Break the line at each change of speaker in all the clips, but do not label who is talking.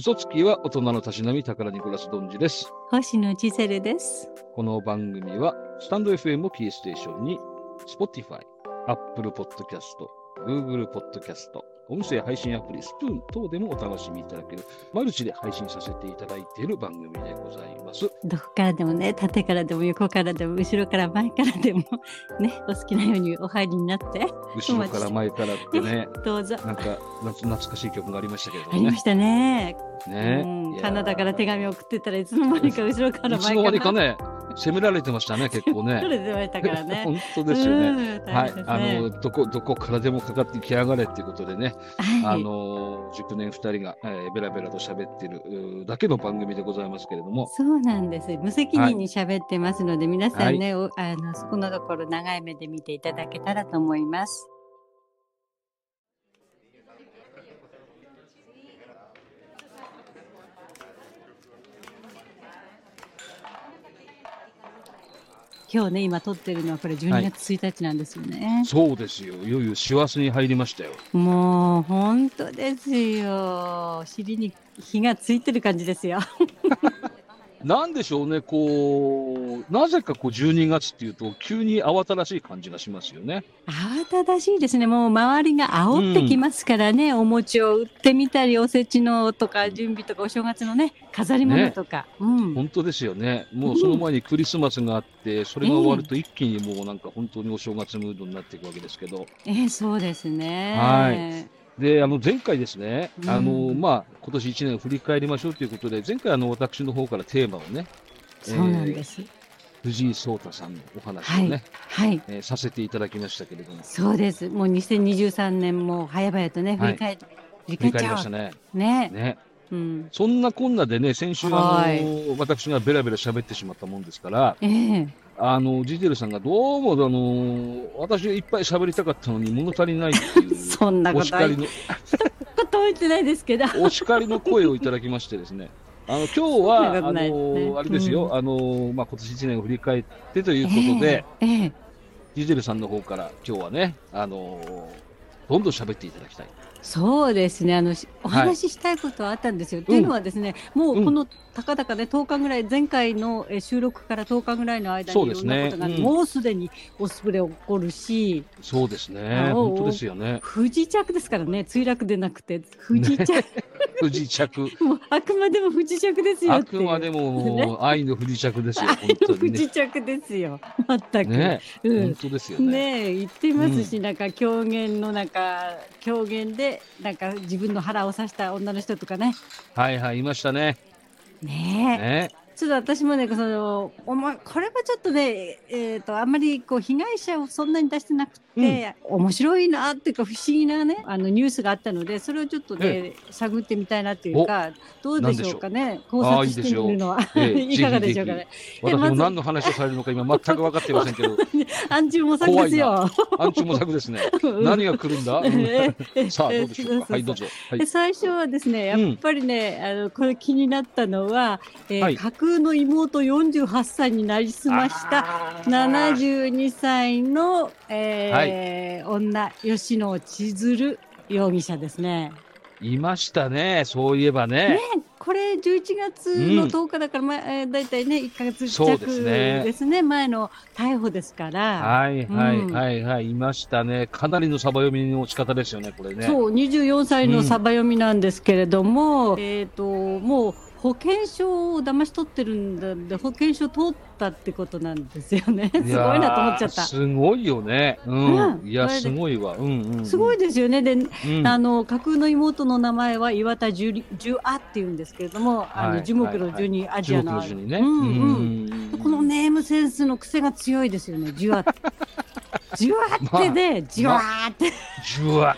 嘘つきは大人のたしなみ宝に暮らすどんじです。
星野ジゼルです。
この番組は、スタンド FM をキーステーションに、Spotify、Apple Podcast、Google Podcast、音声配信アプリスプーン等でもお楽しみいただける、マルチで配信させていただいている番組でございます。
どこからでもね、縦からでも横からでも後ろから前からでもね、お好きなようにお入りになって
後ろから前からってね、
どうぞ。あ
なんか懐懐かしい曲がありましたけれども
りま
ね。
したね。
ね
うん
いやー
カナダから手紙を送ってたらいつの間にか後ろから
いつ
前
の間
か
にからね、責められてましたね、結構 ね。
取れてましたから ね。
本当ですよね。
ね
はい、あのどこどこからでもかかってきやがれっていうことでね、あ
はい、
の熟年2人が、えー、ベラベラと喋ってるうーだけの番組でございますけれども、
そうなんです。無責任に喋ってますので、皆さんね、おあのそこのところ長い目で見ていただけたらと思います。今日ね、今撮ってるのはこれ
は
12
い
月1日なんですよね。
そうですよ、いよいよ師走に入りましたよ。
もう本当ですよ。お尻に火がついてる感じですよ。
なんでしょうね、こう、なぜかこう12月っていうと、急に慌ただしい感じがしますよね。
慌ただしいですね。もう周りが煽ってきますからね、お餅を売ってみたり、おせちのとか準備とか、お正月のね、飾り物とか。うん。
本当ですよね、もうその前にクリスマスがあって、それが終わると一気にもうなんか本当にお正月ムードになっていくわけですけど、
えーそうですね。
はいであの前回ですね、
うん
あのまあ今年1年を振り返りましょうということで、前回あの、私の方からテーマをね、
そうなんです。
藤井聡太さんのお話を
は
ね、
い。はい。
えーさせていただきましたけれども、
そうです。もう2023年も早々とね、振り返って、
振
振
り
り返
返
っ
り
ち
ま
ゃ
し
お
た
う。
ね。
ね。
ね
うん。
そんなこんなでね、先週、あ
は
の私がベラベラ喋ってしまったもんですから、
ええ
あのジゼルさんがどうも、あの私いっぱい喋りたかったのに物足りないっていう。
そんな
お
こと
叱
は
りの
こと言ってないですけど。
お叱りの声をいただきましてですね、あの今日は、
そ
あ
んなことないですね
のあれですよ、
う
あのまあ、今年1年を振り返ってということで、
ええええ
ジゼルさんの方から今日はね、あのどんどん喋っていただきたい。
そうですね。あの、しお話ししたいことはあったんですよ。というのはですね、もうこのたかだかね、10日ぐらい、前回のえー収録から10日ぐらいの間
そ
に
うで
いろ
す
んな
ね
ことが、
うん
もうすでにオスプレイ起こるし、
そうですね。
あおうおう
本当ですよね。
不時着ですからね、墜落でなくて、不時着、
不時着。
もうあくまでも不時着ですよ
あ
って
く
いう。
までもも
ね
う愛の不時着ですよ。
あ
本当
不
にね。
時着ですよ。全く。
ね、
うん
本。当ですよね。
ねえ言ってますし、なんか狂言のなんか狂言でなんか自分の腹を刺した女の人とかね
はいはい、いましたね。
ねえ
ね。
ちょっと私もね、その、おま、これはちょっとね、えっ、と、あんまりこう被害者をそんなに出してなくて、面白いなっていうか不思議なね、あのニュースがあったので、それをちょっとね、探ってみたいなっていうか、どうでしょうかね、考
ああい
察
い
し
で
て
しょう
みるのは、
ええ
いかがでしょうかね。
私
ま
も
ず
何の話をされるのか今全く分かっていませんけど、
暗中模索ですよ。
暗中模索ですね。何が来るんだ
え
さあ、どうでしょうか。はい、どう
ぞ。
ぞ。はい
で。最初はですね、や
うん
っぱりね、あのこれ気になったのは、えー
はい
架空の妹48歳になりすました
あー。
72歳の、えー女吉野千鶴容疑者ですね。
いましたね。そういえばね。
これ11月
う
の
ん
10日だから、まえー、だいたいね1ヶ月
そう
弱
で
ですす
ね
ね前の逮捕ですから、
はいはい
うん
はいはい。いましたね。かなりのサバ読みの仕方ですよね、これね。
そう24歳
うん
のサバ読みなんですけれども、えっ、ともう保険証を騙し取ってるんだんで保険証通ったってことなんですよねすごい
やー
なと思っちゃった。
すごいよね。うん。
うん
いや、
これです
ごいわ。うんうん、うん。
すごいですよね。で、
うん。
あの架空の妹の名前は岩田ジュリジュアっていうんですけれども、あ
は
の
い
樹木の樹にアジアのあ
中
る、
国の人にね。
うんうん
うんうん
このネームセンスの癖が強いですよねジュア ジュアってで、ジュアって、
ジュア。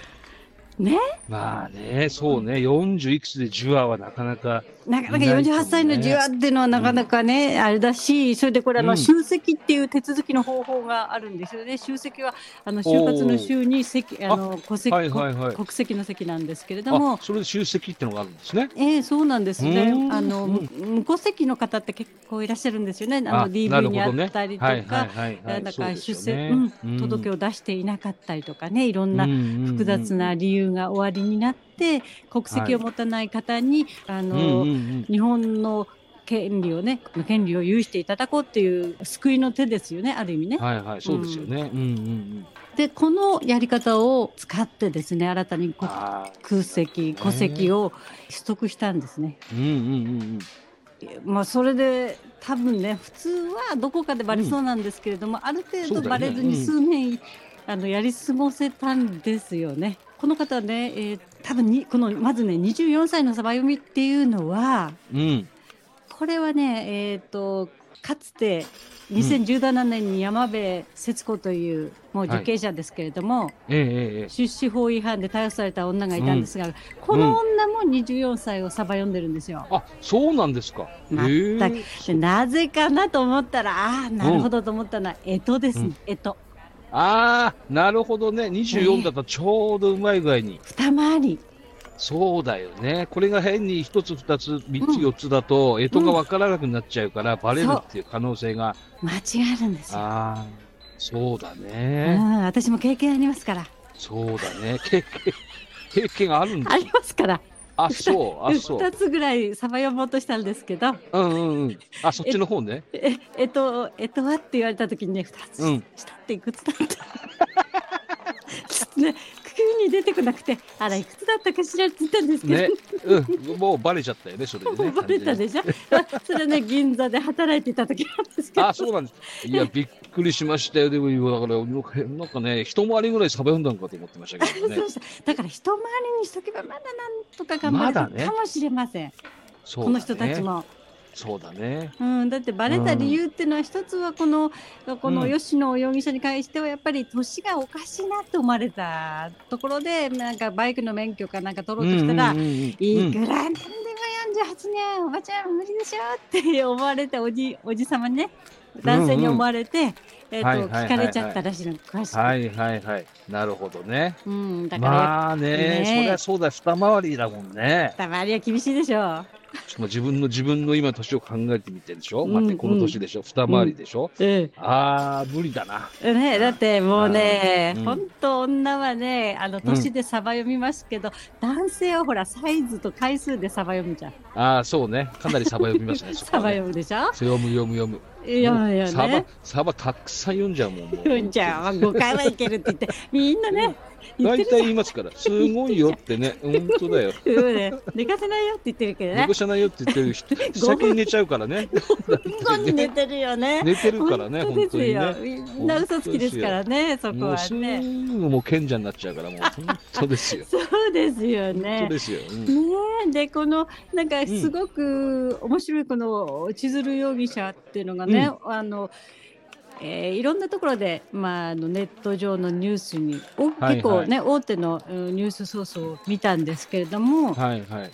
ね
まあね、そうね。40いくつでジュアはなかなか。
なかなか
いないと思うね
48歳のジュアっていうのはなかなかね、あれだしそれでこれあ
う
の
ん
集積っていう手続きの方法があるんですよね集積はあの就活の週に籍あの戸籍、
はいはいはい。
国籍の籍なんですけれども
あ、それで集積ってのがあるんですね。
ええそうなんですね
う。ん
あの、
うん
む無戸籍の方って結構いらっしゃるんですよね。あの
あ
DV にあったりと
はいはい
か、
はいはい。
なんだか
そうです
出
よね
世、うん、届けを出していなかったりとかね、いろんな複雑な理由流が終わりになって国籍を持たない方に、あ
う
の、
んうんうん
日本の権利をね権利を有していただこうっていう救いの手ですよねある意味ね。
はいはい、そうですよね。うんうんうん。
でこのやり方を使ってですね新たに国
ああ、
空籍戸籍を取得したんですね。
うんうんうんうん。
まあ、それで多分ね普通はどこかでバレそうなんですけれども、ある
そうだよね
程度バレずに
うん
数年、あのやり過ごせたんですよね。この方ね、えー多分にこのまずね24歳のサバ読みっていうのは
うん。
これはね、えー、とかつて
ん
2017年に山部節子という、もう受刑者ですけれども、
えええええ
出資法違反で逮捕された女がいたんですが、この女も24歳をサバ読んでるんですよ。
え。あ、そうなんですか。
全く
へえ
でなぜかなと思ったらああなるほどと思ったのは干支です
う
ね
ん
干支
ああ、なるほどね。24だとちょうどうまい具合に。
二回り
そうだよね。これが変に1つ、2つ、3つ、
うん
4つだと、干支がわからなくなっちゃうから、バレるっていう可能性が。
間違えるんですよ、
ああ、そうだ
う
ね。
ん、私も経験ありますから
そうだね。経験、経験あるんだ
あ。りますから
あ、そう、あ、そう。
2つぐらいサバ読もうとしたんですけど
うんうんうん。あ、そっちの方ね。
え干支干支はって言われた時にね2つ
うん
下っていくつだった、ちょっと ね急に出てこなくてあらいくつだったかしらって言ったんですけど、
ね。うん。もうバレちゃったよね、それで
も
ね。
うバレたでしょそれね銀座で働いていた時なんですけど
あ、そうなんです。いや、びっくりしましたよ。でも、だから、なんかなんかね、一回りぐらいサバ読んだんかと思ってましたけどね
そ。うそうだから一回りにしとけばまだなんとか頑張れた
まだね
かもしれません、
そう
こ
だ
の
ね
人たち。も、
そうだね。
うん、だってバレた理由っていうのは一つはこの、この吉野容疑者に関してはやっぱり年がおかしいなって思われたところでなんかバイクの免許かなんか取ろうとしたら、
うんうんうんうん
いくらなんでも48年おばちゃん無理でしょって思われておじおじ様にね男性に思われて、えっと
はいはいはいはい
聞かれちゃったらしいの詳しく、
はいはいはい。なるほどね。
うん、だからやっ
まあね
ね、
そりゃそうだ、二回りだもんね。
ぱ周りは厳しいでしょう。
しかも自分の自分の今年を考えてみてるでしょ、
うん
待って、この年でしょ二回りでしょ、
うん
あー、無理だな。
ね、だってもうね
うん、
本当女はね、あの年でサバ読みますけど、男性はほらサイズと回数でサバ読むじゃん。
あー、そうね。かなりサバ読みますね、そこ
サ
は
バ
ね。
読むでしょ。
読む読む読む。
いやいや
サバ
ね。、
サバたくさん読んじゃうもん。もう
うんじゃあ5回はいけるって言って、みんなね、言っ
大
てるじ
体言いますから、すごいよってね、本当だよ。
ゃんうんね。寝かせないよって言ってるけど
寝
ね
か。せないよって言ってる人、
分
先に寝ちゃうからね。
本当に寝てるよね。
寝てるからね、
本
本
当
当
です
に
よ。
ね。
みんな嘘つきですからね、そこ
もう
は
す
ね。。
ぐもう賢者になっちゃうから、もう本当ですよ
そうですよ
本
ね
当。ですよ。うん
ねえでこのなんか
ん
すごく面白いこの千鶴容疑者っていうのがね、あのえーいろんなところで、まあ、あのネット上のニュースにお
はい
結構ね、大手のうんニュースソースを見たんですけれども、
はいはい。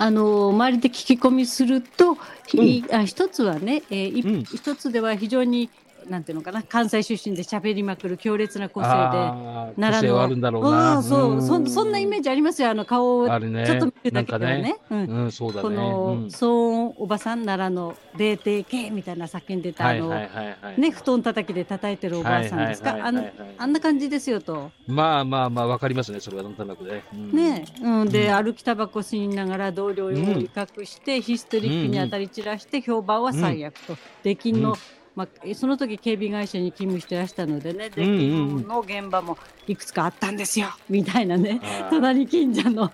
あの周りで聞き込みすると、ひあ一つはね、えーい
うん
一つでは非常になんていうのかな関西出身で喋りまくる強烈な個性で。
あー
奈良
個性
の
はあるんだろうな。
うんそう、そん
ん
そんなイメージありますよあの顔をちょ
あ
っ
るね。
と見る
な
だ
ん
け
か
ではね。
ね。
うん
うん、そうだね。
この、
うん
騒音おばさん奈良の DTK みたいな叫んでた
は
あ
い
の、
はいはいはい。
ね布団叩きで叩いてるおばあさんですか、
はいはいはいはいはい
あのあんな感じですよと、
まあまあまあ、わかりますね、それはなんとなくね。うん
ねうん、で、
う
歩きタバコ吸いながら同僚を威嚇して、ヒステリックに当たり散らして評判は最悪と、出禁の、
うん
まあ、その時警備会社に勤務してらしたのでね出
うんうんう
禁
ん
の現場もいくつかあったんですよみたいなね
あー
隣近所の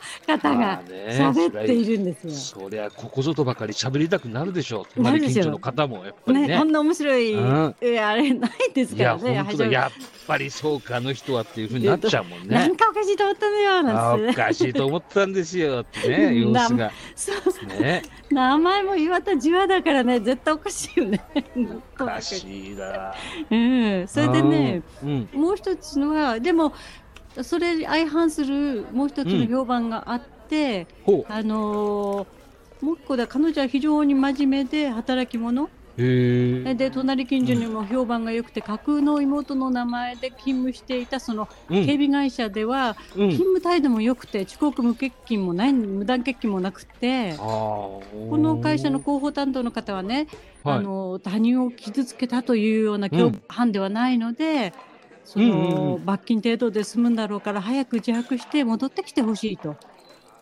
ま
方
あ
が
ね
喋っているんですよ。
そりゃここぞとばかり喋りたくなるでしょう。
な
隣
るでしょう
近所の方もやっぱり
ね
ね。
こんな面白い、
うん
えあれないです
い
か
や
らね
本当だ
初め
やっぱりそうかあの人はっていうふうになっちゃうもん
な
ね
ん。かおかしいと思ったのよ
あ
なん
ーお
て
かしいと思ったんですよってね様子が
そう
ね
名前も岩田十和だからね絶対おかしいよね。
おかしいだ。
うん、それでね
うん、うん
もう一つのはでもそれに相反するもう一つの評判があって、
ほ
あのーもう一個で彼女は非常に真面目で働き者
うへえ。
で隣近所にも評判が良くて架空の妹の名前で勤務していたその
う
警
ん
備会社では
うん
勤務態度も良くて遅刻無欠勤もない無断欠勤もなくて
あー
この会社の広報担当の方はね、
はい
あの他人を傷つけたというような共犯ではないので、そ
うんうん
の
う
罰金程度で済むんだろうから早く自白して戻ってきてほしいと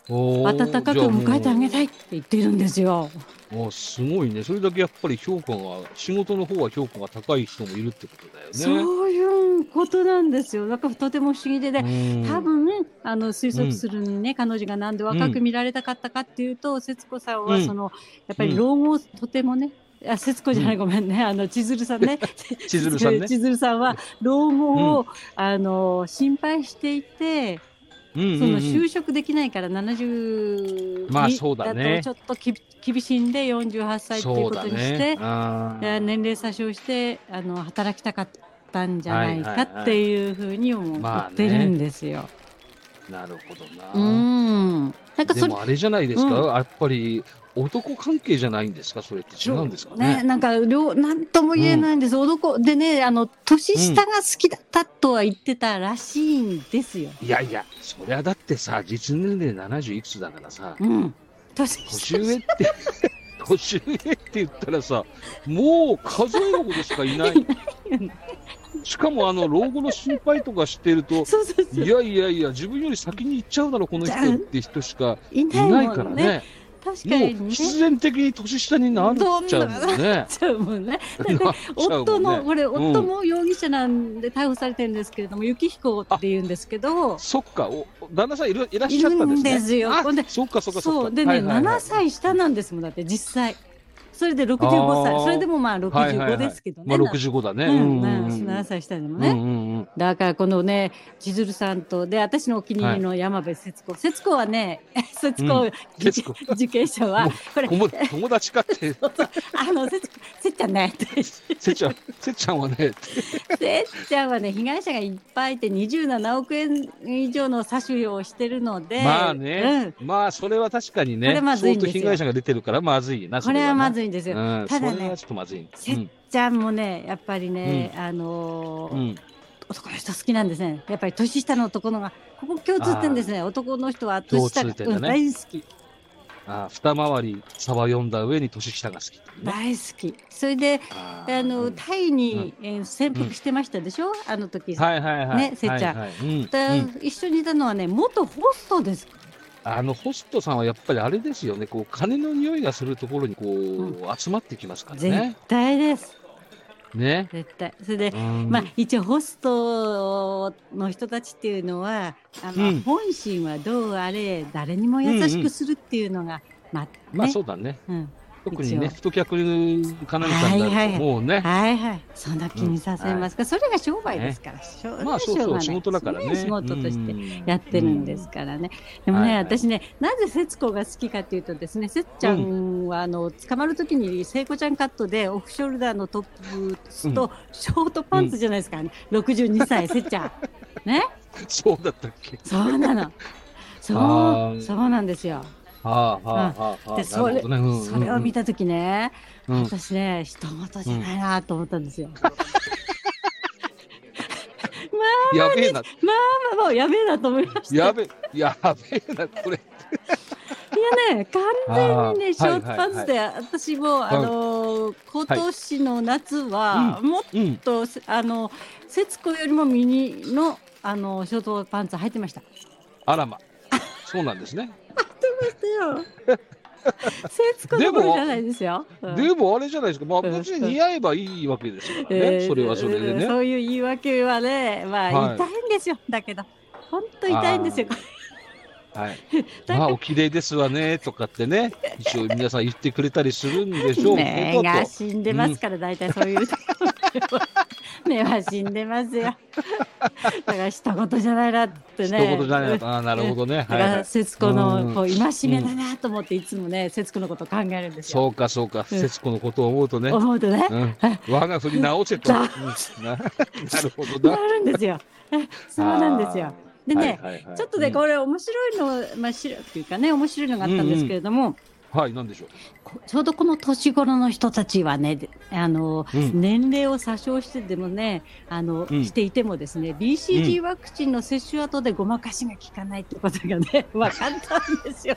温かく迎えてあげたいって言ってるんですよ。
あすごいね。それだけやっぱり評価が、仕事の方は評価が高い人もいるってことだよね。
そういうことなんですよ。なんかとても不思議でね、
うん
多分あの推測するにね、彼女がなんで若く見られたかったかっていうと、節子さん
う
は
ん
その、やっぱり老後をとてもね、あ節子じゃない、
うん
ごめんね、あの千鶴さんね、
千鶴さんね。
千鶴さんは老後を、あの心配していて、
うん
そ
うんう
の
ん
就職できないから70
まあそうだね
とちょっときび厳しいんで48歳っていう
そ
こ
うだ
とに
ね
して、
あ
いや
ー
年齢詐称してあの働きたかったんじゃない
はいはいはい
かっていうふうに思
まあ
っ
ね
てるんですよ。
なるほど
う
な。
ん。なんか
で
それ
もあれじゃないですか、
う
やっぱり男関係じゃないんですか、それって違うんですか
ね、
ね。
なんか両なんとも言えないんです。男でね、あの年下が好きだったとは言ってたらしいんですよ。
いやいや、そりゃだってさ、実年齢70いくつだからさ、
うん。年
年
下
上って、 年上って言ったらさ、もう数えるほどしかい ないい。しかもあの老後の心配とかしてると、
そうそうそう
い。やいやいや、自分より先に行っちゃうだろ、この人って人しか
い
い
ない
ない
も
から
んね。
ね。
確かに
もう
ね。
必然的に年下になっちゃうもんね。
ちゃうもん
な
ね。
っちゃ
夫
うもん
の、
ね
これ夫も容疑者なんで逮捕されてるんですけれども、幸彦って言うんですけど。
そっか、おお旦那さんいるいらっ
い
しゃった
る
んで
ん
すね。
ですよ。
あ
ほんで、
そっかそっかっか。
そう、でね、
はいはいはい
7歳下なんですもん、だって、実際。それで65
あ
歳、
ー
それでもまあ
はいはいはい
65ですけど
ま
ね。
あ65だね。
なうん
うんうんうん
7歳下でも
うんう
ね。
んうん
だからこのね、千鶴さんと、で、私のお気に入りの山辺節子。節子はね、 節
う
子
節子、
受刑者は
も、
これ、
友友達かって、
あの、節子、せっちゃんね、 って
せっちゃん、せっちゃんはね、
せっちゃんはね、被害者がいっぱいいて、27億円以上の詐取をしてるので、
まあね、まあそれは確かにね
これ、まずいん
相当
ですよ
被害者が出てるからまずい
うん
な、
これはまず
い。
いんです
う
よ。
ん、
ただね
それはちょっとまずい。
せっちゃんもね、やっぱりね、あ
う
のー
んうん
男の人好きなんですね。やっぱり年下の男のが、ここ共通点ですね。男の人は年下
共
が、
通点だね
うん大好き。
あー二回り差は読んだ上に年下が好きっていうね。
大好き。それで、
あー
あの、
うん
タイに、えー潜伏してましたでしょ、あの時。
はいはいはい。
ねせっちゃん
はいはいうん
で
うん
一緒にいたのはね、元ホストです。
あのホストさんはやっぱりあれですよね、こう金の匂いがするところにこう、集まってきますから
絶
ね。
対です。
ね。
絶対。それで、
うん
まあ、一応ホストの人たちっていうのはあの、
うん
本心はどうあれ誰にも優しくするっていうのが、まあ
まあ
ね、
そうだね。
うん、
特にね、
一
太客かなんかになると、
はいはいはい
もうね、
はいはいそんな気にさせますか、それが商売ですから、しょう
まあそう
しょ
そう
が
う、
ない
仕事だからね。
仕事として
て
やってるんです。からね、でもね、
はいはい
私ねなぜ節子が好きかっていうとですね節ちゃんはあの捕まる時に聖子ちゃんカットでオフショルダーのトップス
う
とショートパンツじゃないですか、62 歳節ちゃんね
うんそうだったっけ。
そう なの。
あ
そう、
ー
そうなんですよ。
はあはあはあはあ。
で、そ
なる
れ、
ほどねうんうんうん
それを見たときね、
うん
私ね、人事じゃないなと思ったんですよ。
やべえな、
まあ、もうやべえなと思いました。
やべえ、やべえな、これ。
いやね、完全に
あー
ね、ショートパンツで、私も、あのー、今年の夏は、もっ
うん。
と、あの、節子よりもミニの、あの、ショートパンツ履いてました。
あらま。そうなん ですね。
節子どころじゃないですよ。うん
でもあれじゃないですか。まあ、
うん
別に似合えばいいわけですからね。それはそれで
えー
ね。
そういう言い訳はね、まあ、
はい
痛いんですよ。だけど、本当痛いんですよ。
はい。
だ
まあ、
か
お綺麗ですわね、とかってね。一応皆さん言ってくれたりするんでしょ
ら
う
目
けど。
が死んでますから、大体そういう。 目は死んでます よ。だから、一言じゃないなってね。
一言じゃないのかな。なるほどね。
だ
はい
か
は
ら、
い。
節子の、こう、戒め
う
だなと思って、いつもね、節子のことを考えるんですよ。
そうか、そうか。
うん
節子のことを思うとね。
思うとね
う。ん。我が振り直せと。うん
だ
な なるほど
な
な。
るんですよ。え そうなんですよ。でね、
はいはいはい
ちょっとね、これ面白いの、まあ、知るっていうかね、面白いのがあったんですけれども、
うんはい、なんでしょ
こちょうどこの年頃の人たちはね、であの、
う。うん。
年齢を詐称してでもね、あの、
うん
していてもですね、BCG ワクチン の接種後でごまかしが効かないってことがね、分かったんですよ。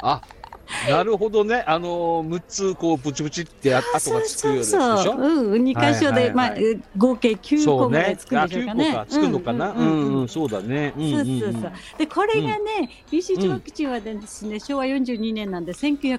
あ、なるほどね。あのー、6つこう、ブチブチってあ跡がつくよう
そ
で
う
すでし
そうそう
ょ。
うん、2箇所
はいはいは
で、
い
まあ、え合計9個
そう
ぐらい
ね
つ。くん
あ、
でしょう
9
か
個
ね。
か、つくのかな。
う
うん
うん
ん
うん
うん、そうだね。うん。
そううそうんそううんでこれがね、BC ワクチンはですね、昭和42年なんで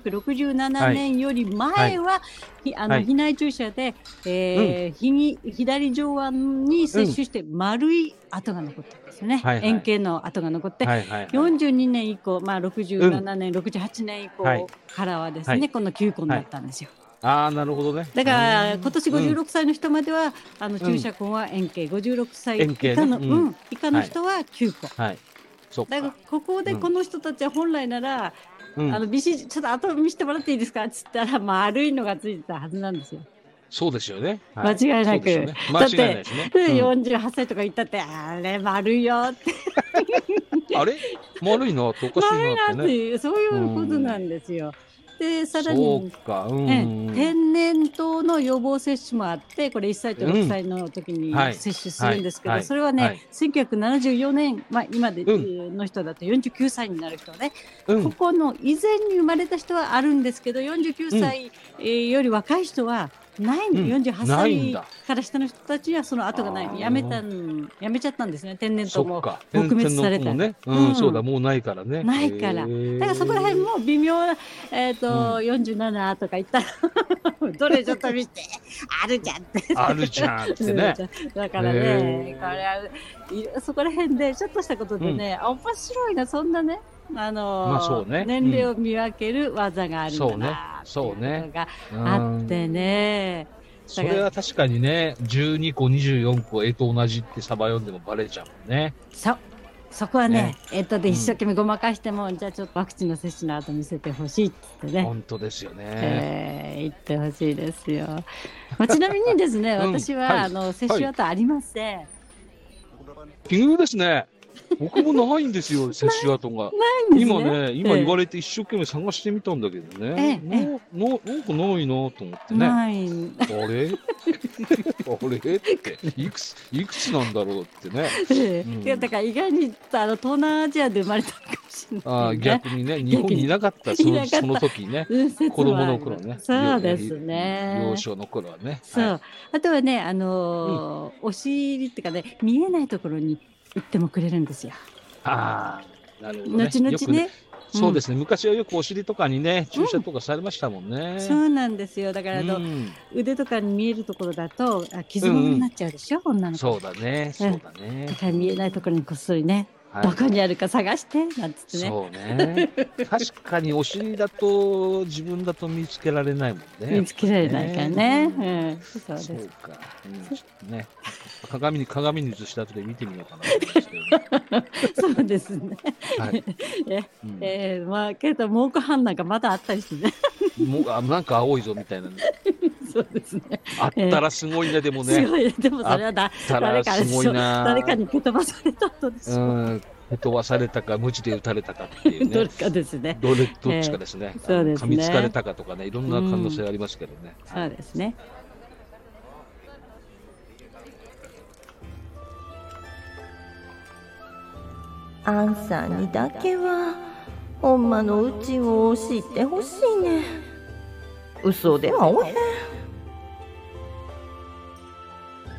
1967年より前は、ひあの
はい
避内注射で、えーひに左上腕に接種して丸い跡が残ってるんですよね、
はいはい
円形の跡が残って、
はいはいはい。
42年以降、まあ、67年、68年以
はい
降からはですね、
はい
この9個になったんですよ。
ああ、なるほどね。
だから
うん
今年
うん
56歳の人までは、あの注射痕は円形、56歳以
円形ね
下の,、
うん
うん、以下の人は9個。
はい。そっか
だ。からここで
うん
この人たちは本来なら、
うん
あの BC ちょっと後見せてもらっていいですかっつったら丸いのがついてたはずなんですよ。
そうですよね。
間違いな
そうで
く
すよね間違いないですね。
で、
うん
48歳とか言ったってあれ丸いよって
あれ丸いなっておかし
丸い
いなって
なって
ね。
いうそういうことなんですよ。でさら
そう
に
か。うん
ええ
うんうん。
天然痘の予防接種もあってこれ1歳と
うん
6歳の時に
はい
接種するんですけど、
はい
それはね、
はい
1974年、まあ、今で
う
の人だと49歳になる人ね、
う
こ
ん。
この以前に生まれた人はあるんですけど49歳えーより若い人はないの、
うん
48
ないん
歳
だ
から下の人たちはその後がな
あー
いやめたんやめちゃったんですね天然
そ
痘
っ
も。
か。
撲滅され
天然
た
のね。
う
うんん、そうだ、もうないからね。
ないか
だ
らだからそこら辺。も微妙な、えっと47とか言ったら どれちょっと見てあるじゃんって
あるじゃん って
うん
ね
じ。ゃだから
へー
ねこれはいそこら辺でちょっとしたことでね、あ面白いなそんなねあのー
まあそうね
年齢を見分ける技があるんだな
そうね
っていのが
うん
あってね。
それは確かにね、12個、24個、絵と同じってサバ読んでもバレちゃうもんね。
そそこはね
ね
えっとで
うん
一生懸命ごまかしても、じゃあちょっとワクチンの接種の後見せてほしいって言ってね、
本当ですよね。
えー言ってほしいですよ、まあ、ちなみにですね、
うん
私は、
はい
あの接種後ありません、
奇遇ですね。僕もないんです よ、接種跡が。
ないんです
今ね、今言われて一生懸命探してみたんだけどね。
ええ
ののなんかないなと思ってね。あ
ないん
れ あれって、いくつ、いくつなんだろうってね。ん
いや だから意外にあの東南アジアで生まれたのかもしれ
あ
な
ー
いね。
逆にね、日本にいなかった、そ
いなか
の
っ
そ
た
の時ね。
うん説
子供
はあ
の
る
頃ね。
そうですね。
幼少の頃はね。
そう、
はい
あとはね、あのーお尻っていうかね、見えないところに行ってもくれるんですよ。
ああ、なるほど、ね。
後々
よく
ねうん
そうですね、昔はよくお尻とかにね、注射とかされましたもんね。
そうなんですよ。だからあの、
うん
腕とかに見えるところだと、あ傷物になっちゃうでしょ、女の子。
そうだね、そうだね
だ。から見えないところにこっそりね、
はい
どこにあるか探して、なんつってね。
そうね。確かにお尻だと自分だと見つけられないもんね。
見つけられないからね。うん、そうです
そう。か。うん、ちょっとね。鏡に鏡に映した後で見てみようかなと思いますけど ね
そうですね。
はい
え
うん
えー、まあ、けど、蒙古斑なんかまだあったりしてね。
もうあなんか青いぞみたいなの
そうですね。
あったらすごいね、でも
す
ね。
ごい。でも、それはだ、
あったらすごいな。
誰かに蹴飛ばされたとでし
う
ょう。
ん、蹴飛ばされたか、無知で撃たれたかっていう
ど れ
ね。
かですね。
どれ、どっちかですね。
えそうですね
噛みつかれたかとかね、いろんな可能性ありますけどね。
そうですね。
アンさんにだけはほんまのうちを知ってほしいねん嘘ではおへん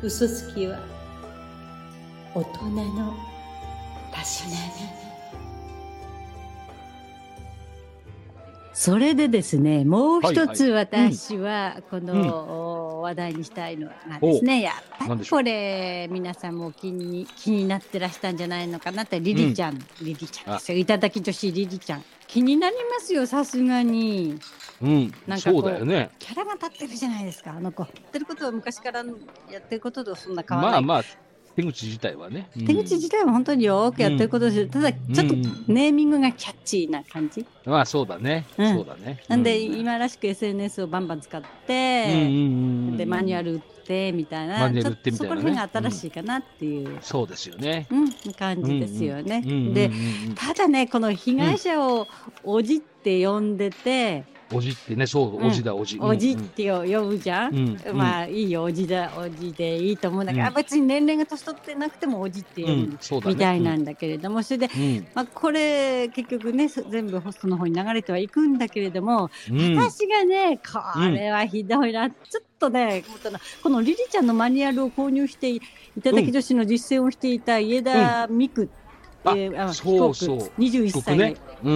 嘘つきは大人のたしなみ
それでですね、もう一つ私はこの話題にしたいのがですね、やっぱ
何で
り
しょ
これ皆さんも気に気になってらしたんじゃないのかなって、リリちゃん、リリちゃんですよ。いただき女子リリちゃん。気になりますよ、さすがに。
うん
なん、かこ
そううだよね。
キャラが立ってるじゃないですか、あの子。やってることは昔からやってることとそんな変わら
ま
な
あ
い。
まあ、手口自体はね。
手口自体は本当によくやってることですよ、ただちょっと
うん
ネーミングがキャッチーな感じ。
うんまあそうだね。
うん
そうだね。
なんで
うん、
今らしく SNS をバンバン使っ
うんうん
て、
うんうん
でマニュアル売ってみたいな
マニュアル売ってみた
ちょ
いな
そこら
ね
辺が新しいかなっていう、
そうですよね。
うん感じですよね。
うんうんうん
でただねこの被害者をおじって呼んでて、
おじってね、そう、
うん
おじだ、おじ。
おじっ
うん
て呼ぶじゃ。
うんん。うん
まあいいよ、おじだ、おじでいいと思うんだけど、
うん
あ別に年齢が年取ってなくてもおじって呼
う
ぶ、
ん、そうだね。
みたいなんだけれども、それで、
うん。うん。
まあ、これ結局ね、そ全部ホストの方に流れてはいくんだけれども、
うん
私がね、これはひどいな、ちょっとね、このこのリリちゃんのマニュアルを購入していただき女子の実践をしていた家田美久、
うんあ
えーあ
そう
被告
そう
21歳、
被告うん。う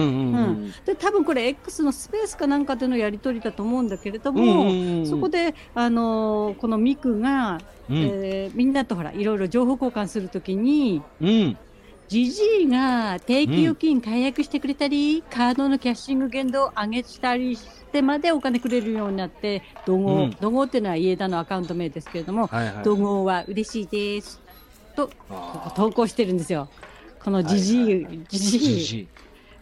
ん。
で多分これ X のスペースかなんかでのやり取りだと思うんだけれど
うん。うん
も、
うんうん
そこで、あのーこのミクが、
うん。
えーみんなとほらいろいろ情報交換するときに
うん。
ジジイが定期預金解約してくれたり、カードのキャッシング限度を上げたりしてまでお金くれるようになって怒号、
うん
怒号っていうのは家田のアカウント名ですけれども
はいはい。
怒号は嬉しいです
あ
投稿してるんですよ。このジジ
はい
イ、ジ
ー
ジイ
じじい。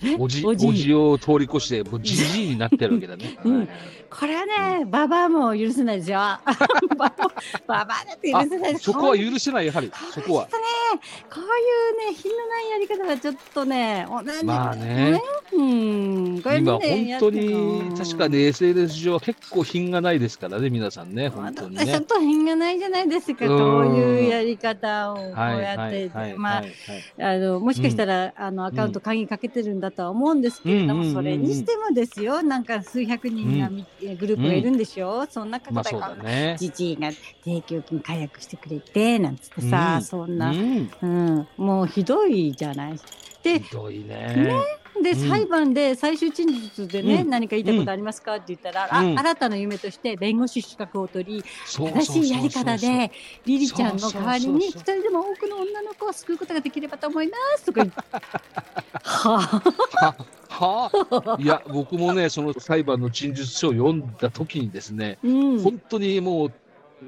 え
おじ、
お
お
じい
じを通り越して、もうじじいになってるわけだね。
うん
はいはい
これはね、ババアも許せないですよ。 ババアだって許せないで
あ
す。
そこは許せない、やはり。そこは。
こういうね、品のないやり方はちょっとね、おなんで
まあね。
うん、こういう
今
の
本
ね
当
やって
に
も
確かに SNS 上は結構品がないですからね皆さんね本当に
まあちょ
ね
っ。と品がないじゃないですか、
うん
こういうやり方をこう
はい
や
は
っ
い
て、
はい
ま
は
あ、
いはい。
あの、もしかしたら、あの、アカウント鍵かけてるんだとは思うんですけれども、
うんうんうんうん
それにしてもですよ、なんか数百人がみ、グループがいるんでしょ、そんな方
ま
が
あそうだね。
じじいが定期預金解約してくれて、なんつってさ、
うん
そ
うん
な、
ん。
うん、もうひどいじゃない。
ひ
で
どい
ね
ね。
で、
うん
裁判で最終陳述でね、
うん
何か言いたいことありますかって言ったら、
うん
あ新たな夢として弁護士資格を取り、
そうそう
正
そうそう
しいやり方。でリリちゃんの代わりに一
そうそう
人でも多くの女の子を救うことができればと思いますとか言っては
ははあ。いや僕もねその裁判の陳述書を読んだ時にですね
あ、うん、こ
本当にもう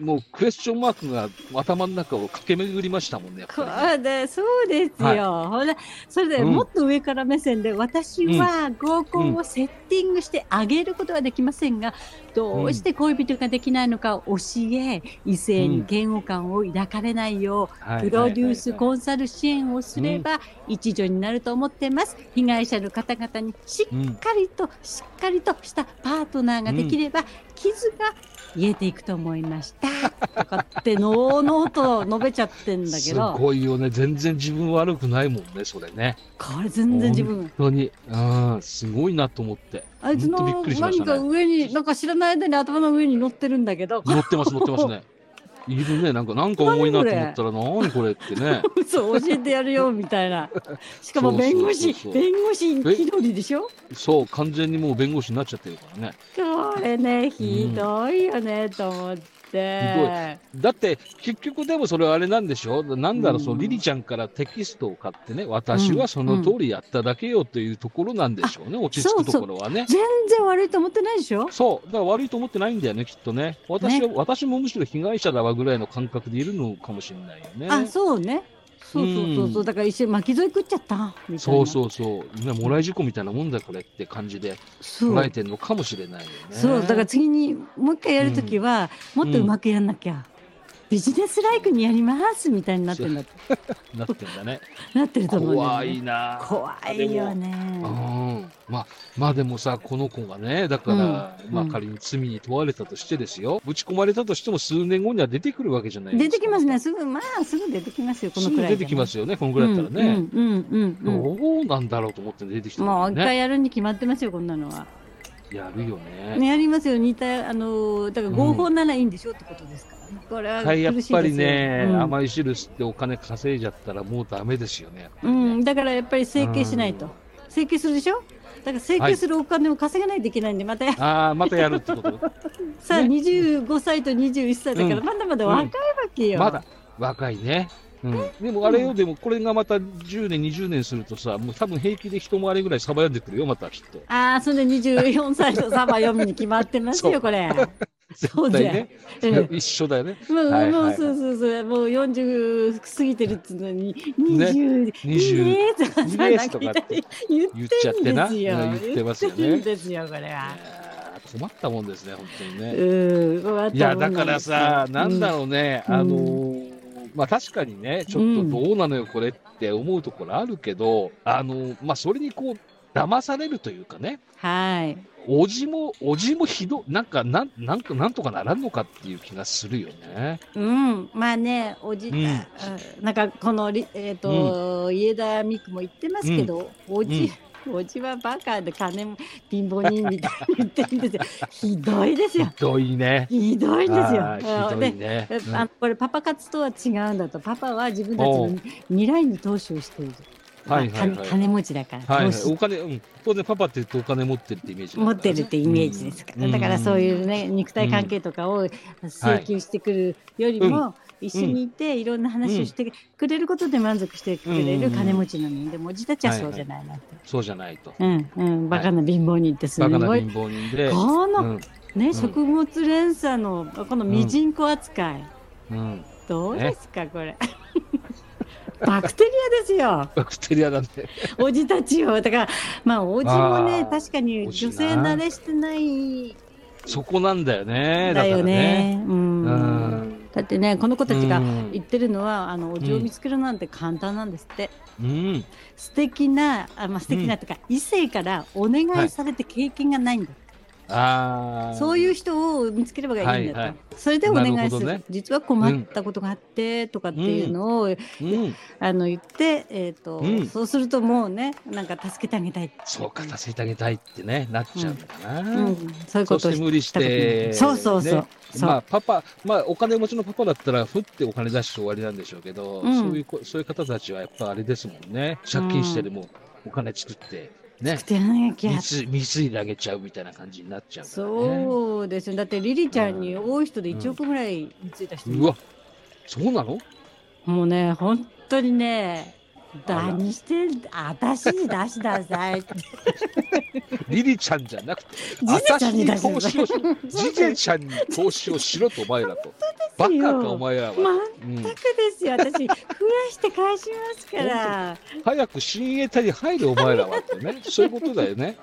もうクエスチョンマークが頭の中を駆け巡りましたもんねやっぱ
れそうですよ、
はい
ほらそれで、
うん
もっと上から目線で私は合コンをセッティングしてあげることはできませんが、どうして恋人ができないのかを教え異性に嫌悪感を抱かれないよう
り。
プロデュース、
コ
コンサル支援をすれば一助になると思ってます。被害者の方々にしっ
ン。
かりと、しっかりとしたパートナーができれば、傷が癒えていくと思いました。とかって、のうのうと述べちゃってんだけ
す
ど、
ごいよね全然自分悪くないもんねそれね。
これ全然自分、
本当に、うん、すごいなと思って。
あいつ
ほんとびっ
の
くりしまし
何
たね
か上に、なんか知らない間に頭の上に乗ってるんだけど、
乗ってます、乗ってます ね。いるね、なんか、なんか重いなと思ったら、なにこれってね。
嘘教えてやるよ、みたいな。しかも弁護士
そ、うそうそうそう
弁護士気取りでしょ
そう、完全にもう弁護士になっちゃってるからね。
これね、ひどいよね、と思って。
だって、結局でもそれはあれなんでしょなんだろう、
うん
そのリリちゃんからテキストを買ってね、私はその通りやっただけよというところなんでしょうね、落ち着くところはね。
全然悪いと思ってないでしょ
そう、だから悪いと思ってないんだよね、きっとね。私は、私もむしろ被害者だわぐらいの感覚でいるのかもしれないよね。
あ、そうね。そうそうそうそうう。
ん
だから一緒に巻き添え食っちゃった。みたい
そう
な。
そうそう。ね、もらい事故みたいなもんだ、これって感じで
そう。
捉えてるのかもしれないよね。
そう。だから次にもう一回やるときは、もっとうまくやんなきゃ。ビジネスライクにやりますみたいになってんだ
なってんだね。
なってると思うんだよ
怖
ね
いなぁ。
怖いよね
う。ん。まあ、まあでもさ、この子がね、だから、
うん
まあ
うん
仮に罪に問われたとしてですよ。ぶち込まれたとしても数年後には出てくるわけじゃないで
出
すか
てきますね。。すぐ、まあ、すぐ出てきますよ。こ
す
の
ぐ
くらいで
出
も。
てきますよね、このぐ
う
らい
ん。
だったらね。
うんうんうんうん。
どうなんだろうと思って出てきた
も
も
う
ね
一回やるに決まってますよ、こんなのは。
やるよね。
ね、やりますよ、似た、あのー、だから合法ならいいんでしょってことですからね。これは
はい、やっ
苦しい
ぱ
で
り
すよ。
ね、
うん
甘い汁吸ってお金稼いじゃったらもうダメですよね。やっぱ
う
りね
ん、だからやっぱり整形しないと。整形するでしょだから整形するお金を稼がないといけないんで、また、
ああ、またやるってこと
さあ、
ね
25歳と21歳だから、
うん
まだまだ 若いわけよ。
まだ若いね。うん、でもあれよ、でもこれがまた10年、20年するとさ、もう多分平気で一回りぐらいさばやんでくるよ、またきっと。
ああ、それで24歳とサバ読みに決まってます
そ
よ、
う
これ。そう
絶
だ
対
よ
ね。。
うん
一緒だよね。
もう、
はいはい
も
は
う、
い
そうそうそう、もう40過ぎてるっつうのに、20、いい
20
ねーとかさ、
いい
な
ね
ん
ー
か
と
言
かっ
っ
たて
り言ってん
言っ
です
ちゃ
よ
っ。てなうん言ってますよね
言ってんですよ、これは。
あー困ったもんですね、本当に
う
ね。
ん、困ったもんなんです
いや、だからさ、なんだ
う。
ろうね、
うん
あのーまあ確かにね、ちょっとどうなのよ、これって思うところあるけど、あのーまあそれにこう、騙されるというかね、
はい。
おじも、おじもひど、なんか、なん、なんか、なんとかならんのかっていう気がするよね。
うん、まあね、おじ、
うん
あなんかこのり、えっ、と、家田美久も言ってますけど、おじ、おじはバカで金も貧乏人みたいに言ってる んですよ。ひどいです
ひ
よ。
どいね。
ひどいんですよ。
あーひどいね。
で
うん
あのこれパパ活とは違うんだとパパは自分たちの未来に投資をしている、
はいはいはい
まあ金金持ちだから、
はい、
投
はい、
資
お金、うん、当然パパって言うとお金持ってるってイメージだ
持
からね、
ってるってイメージですから、
うん
だからそういうね肉体関係とかを請求してくるよりも、一緒にいていろんな話をしてくれることで満足してくれ
うんう
る
ん
金持ちなのにでもおじたちはそうじゃないなって、
そうじゃないと。
うんうんバカな貧乏人ってすご
バ
い、
カな貧乏人で。
こ
う
の、
ん、
ね、
ん
食物連鎖のこのミジンコ扱い、
うん、
どうですか、これバクテリアですよ
バクテリアだね。
おじたちをだからまあおじもね
あー
確かに
おじな
女性慣れしてない
そこなんだよね。だ
だ
か
よ
らね。
ね。う
うんん。
だってねこの子たち
う
が
ん
言ってるのは、あのおじを見つけるなんて簡単なんですって、
うん。
素敵なあまあ素敵なとか、異性からお願いされて経験がないんだ、
ああ。
そういう
う。
人を見つければいいんだと、
はいはい
それでお願いする
なるほどね
実は困ったことがあってとかっていうのを、
うん。
あの言って、えーと
うん
そうするともうねなんか助けてあげたいって
そうか、助けてあげたいってね、なっちゃうのかな。
うん、そういう
そ
こ
して
とを
無理し
したことない
て。
そうそうそう
ね
そう
まあ、パパ、まあ、お金持ちのパパだったら、ふってお金出して終わりなんでしょうけど、
うん
そういうこ、そういう方たちはやっぱあれですもんね。借金してでも、お金作って、ね
し、てあげなきゃ
貢い貢いであげちゃうみたいな感じになっちゃうからね。
そうですよだってリリちゃんに多い人で1億ぐらい貢いだ人いる
うわ、そうなの
もうね、本当にね、
あら
何してん、私に出しなさいって。
リリちゃんじゃなくて、
ジネちゃんに出
私
し
に投
なさ
資をし
い。
ジジェちゃんに投資をしろとお前らと。バ
ですよ
カかお前らは。うん
全くですよ、私、増やして返しますから。
早く親衛隊に入るお前らはって ね、そういうことだよね。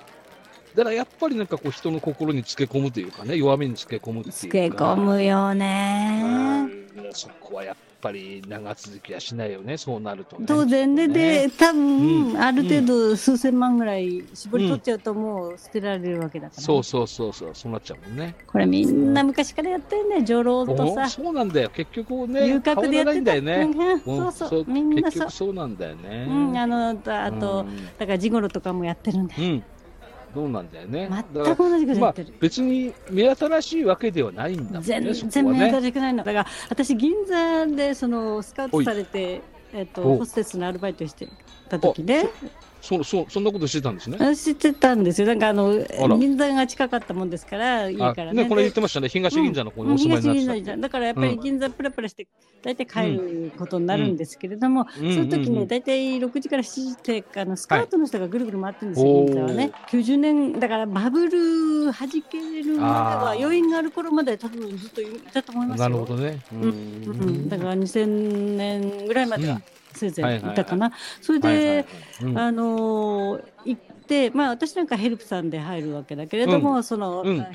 だからやっぱりなんかこう人の心につけ込むというかね、弱みにつけ込むっていうか。
つけ込むよね。
うんそこはやっぱり長続きはしないよね、そうなると、ね。
当然ね、で、多
う
分、
ん
ある程度数千万ぐらい絞り取っちゃうと、もう捨てられるわけだから。
そうそうそうそう、そうなっちゃうもんね。
これみんな昔からやってるね、女郎と
お
さ、
そうなんだよ、結局ね、
遊郭でや
変わら
っ
ない
て
んだ
た。
よね。
うん
う
そうんそう、みんな
結
そう
局。そうなんだよね。
うん、あの、あと
う、ん
だからジゴロとかもやってるんだよ
うん、そうなんだよね。だか
全く同じこ
ら
と
ま
やっ
あ
てる。、
別に目新しいわけではないんだもんね。
全
そ
然
こは
目
ね。
新しくないの。だから、私、銀座で、その、スカウトされて、えっと、
お
ホステスのアルバイトしてた時で、
そう、そう、そんなことしてたんですね。
知ってたんですよ。なんか、あの
あら、
銀座が近かったもんですから、家
あ
からね。
ね、これ言っ
で
てましたね。東銀座の方に
うん
お住まい
東
に
銀
なって
座
たって。
だからやっぱ
う
り
ん
銀座プラプラして大体帰ることになるんですけれども、
うんうん
その時
うんう
ね
ん
大体6時から7時ってあのスカートの人がぐるぐる回ってるんですよ、
はい
銀座はね90年だからバブル弾けるまでは
あー
余韻がある頃まで多分ずっといたと思います
な
よ
るほどね。う
うんん、だから2000年ぐらいまで
う
は
ん
せいぜ
はい
い
はいはい
いたかな、それで、
はいはいはいうん
あのー行ってまあ私なんかヘルプさんで入るわけだけれども、その、
うん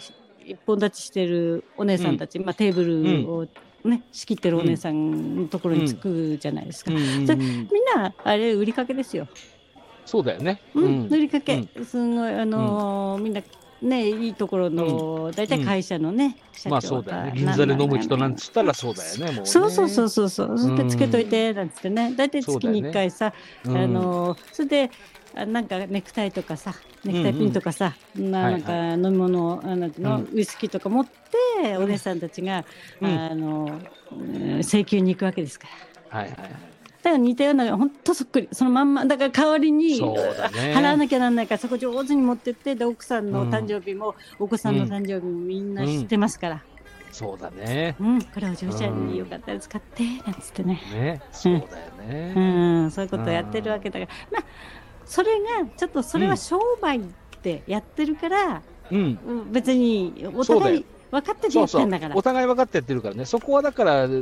一本立ちしてるお姉さんたち、まあ、テーブルを、ね仕切ってるお姉さんのところに着くじゃないですか、
うん
じゃ
うん
みんなあれ売りかけですよ、
そうだよね。
うん
うん
売りかけ、すごいあのーみんなねいいところの、大体会社のね、社長
まあそうだよね。銀
なん
座で飲む人なん
か
つったらそうだよね。もうね
そうそうそうそうそう、それ
うん
でつけといてなんつってね大体月に1回さ、
うん
あのそれであなんかネクタイとかさネクタイピンとかさ、なな
は
んか飲み物、あなんていうの、
うん
ウイスキーとか持ってお姉さんたちが、
うん
あのうん請求に行くわけですから。
はいはいはい。
だから似たような本当そっくりそのまんまだから代わりに
そうだね
払わなきゃなんないからそこ上手に持ってってで奥さんの誕生日も、お子さんの誕生日もみんな知ってますから、
そうだね。
うんこれお嬢ちゃんによかったら使ってなんつってね。
ね。そうだよ
う
ね。
ん、そういうことをやってるわけだから、まあ、それがちょっとそれは商売ってやってるから、
うん。
うん別にお
そうだ
互
よ
い分かってて
そ
や
う
っ
そ
たん
う
だから。
お互い分かってやってるからね、そこはだから違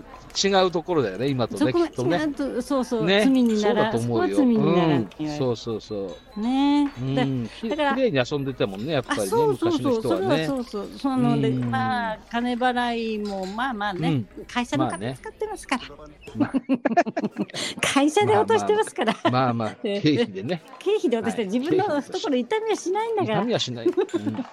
うところだよね、今と
そ
ね、
こ
き
は
っとね
違。うと、そうそう、
ね
罪に
そ
な
うだ
ら
と
ん、そ
思
こ
う
は
よ。
罪にならん
う
っ
ん
て言われて
そうそうそう。
ね
うん
だ
き
だから
きれいに遊んでたもんね、やっぱ
あ
りね、
そうそう
昔
そ
の
う、
人
そ
は
れ
ね
は。そうそう、そので、
うん
まあ、金払いも、まあまあね、会社の
まあね
金使ってますから、
ま
会社で落としてますから、
うんまあまあ、経費でね、
経費で落として、
はい
自分の懐痛みはしないん だから、
痛みはしない。うん
だか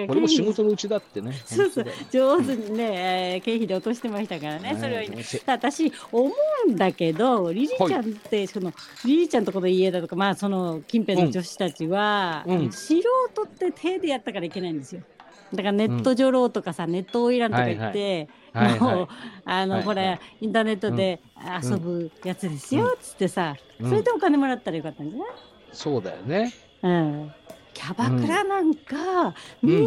ら
これも仕
経費
事のうちだってね。
そうそう
本当だよ
上手にね、えー経費で落としてましたからね、それはいい
ね
私思うんだけどリリーちゃんって、そのリリーちゃんとこの家だとかまあその近辺の女子たちは、
うんうん
素人って手でやったからいけないんですよ。だからネット女郎とかさ、ネットオイランとか言って、
はい
もう、
は
あの、
はい
ほ
は
ら
い
インターネットで遊ぶやつですよ、
う
っつってさ、
い。う
それ
ん
でお金もらったらよかったんじゃない、
そうだよね。
うんキャバクラなんか、みんなや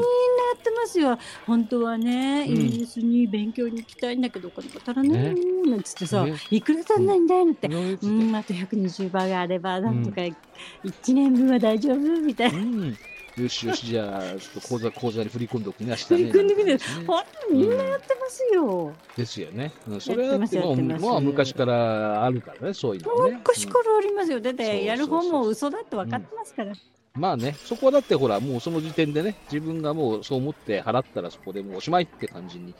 ってますよ。本当はね、
うん
イギリスに勉強に行きたいんだけど、お金が足らないのなんつってさ、
ね
いくら足んないんだよって。
うんうん
うん、あと120倍あれば、なんとか1年分は大丈夫みたいな。
よしよし、じゃあ、ちょっと口座、口座に振り込んでおくね、明日ね。
振り込んでみる
なんてね
ほんとみんなやってますよ。
ですよね。うんそれはだって
や
も
っ
う、
てますやってます
まあ、昔からあるからね、そういうのね。
昔からありますよ。だっ
そうそうそ
て、
う
やる方も嘘だって分かってますから。
うんまあね、そこはだってほら、もうその時点でね、自分がもうそう思って払ったらそこでもうおしまいって感じに。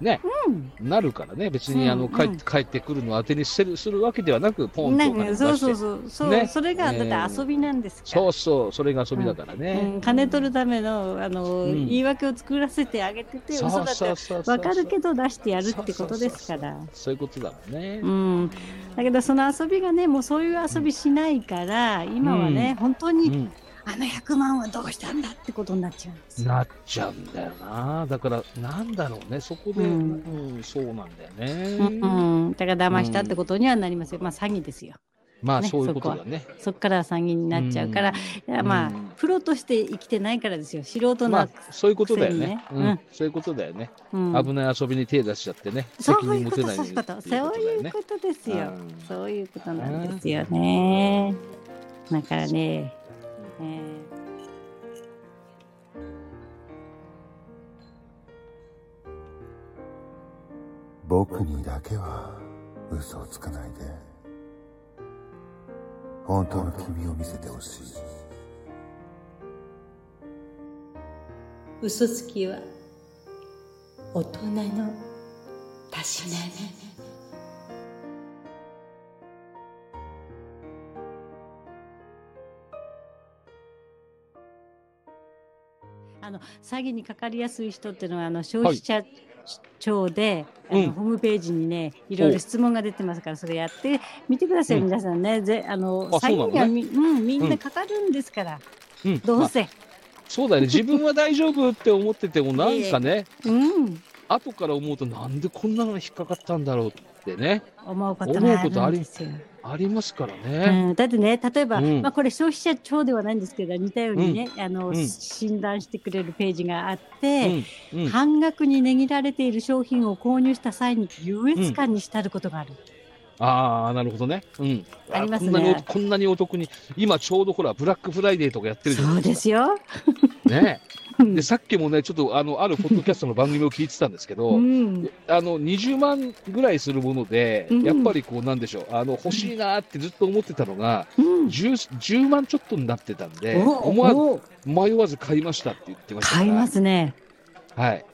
ね、
うん。
なるからね、別にあの、
うん
帰っ
うん
て帰ってくるのを当てにするするわけではなく、ポンと
な
お
ん
金を
か
出
そう
して
そうそう。そう、
ね
それが、だって遊びなんですから。
そうそう、それが遊びだからね。
うん、金取るためのあの、
うん
言い訳を作らせてあげてて嘘だって
そう
分かるけ
ど
ど出してやるってことですから。
そういうことだもんね。
うん、だけどその遊びがねもうそういう遊びしないから、今はね、
うん
本当
う
に、
ん
あの100万はどうしたんだってことになっちゃうんですよ。
なっちゃうんだよな。だから、なんだろうね。そこで、う
うん
ん、そうなんだよね。
うんうん、だから騙したってことにはなりますよ、まあ詐欺ですよ
まあ、
ね
そういうことだね。
そこから詐欺になっちゃうから、いやまあ、
うん
プロとして生きてないからですよ素人
うん。
な、
まあ、そういうことだよね
く
う
せにねうんん。
そういうことだよね、
うん
危ない遊びに手出しちゃってね。
そ
責
う
任
いう
持
こ
て
と
ない
そういうことそういうことですよ。そういうことなんですよ
ね
ね。だからね、えー
僕にだけは嘘をつかないで本当の君を見せてほしい
嘘つきは大人のたしなみ
あの詐欺にかかりやすい人っていうのはあの消費者庁で、
うん
あのホームページにねいろい
お
ろ質問が出てますからそれやってみてください、
うん
皆さんねぜあの
あ
詐
そう
欺
な
が
の
み,、うん、みん
うん
なかかるんですから、
うん
ど
ま
う
あ
せ、
そう だよね。自分は大丈夫って思ってても、なんかね、
うん
後から思うと、なんでこんなのに引っかかったんだろうってね。
思うこと
思う
があ
こと
るんですよ。
ありますから
う
ね。
ん、だってね例えば、
うん
まあ、これ消費者庁ではないんですけど似たようにね、あの
うん
診断してくれるページがあっ
う
て、
ん。うん
半額に値切られている商品を購入した際に優越感に浸ることがある。
ああ、なるほどね。うん。
あります
こ
ね
んなにおこんなにお得に、今ちょうどほら、ブラックフライデーとかやってるじゃ
そ
な
う
いで
ですすよ。
か。ね。
うん
で、さっきもね、ちょっとあの、あるポッドキャストの番組を聞いてたんですけど、
うん、
あの、20万ぐらいするもので、
うん
やっぱりこう、なんでしょう、あの、欲しいなーってずっと思ってたのが、
うん、
10, 10万ちょっとになってたんで、
お
思わず、
お
迷わず買いましたって言ってましたから。
買いますね。
はい。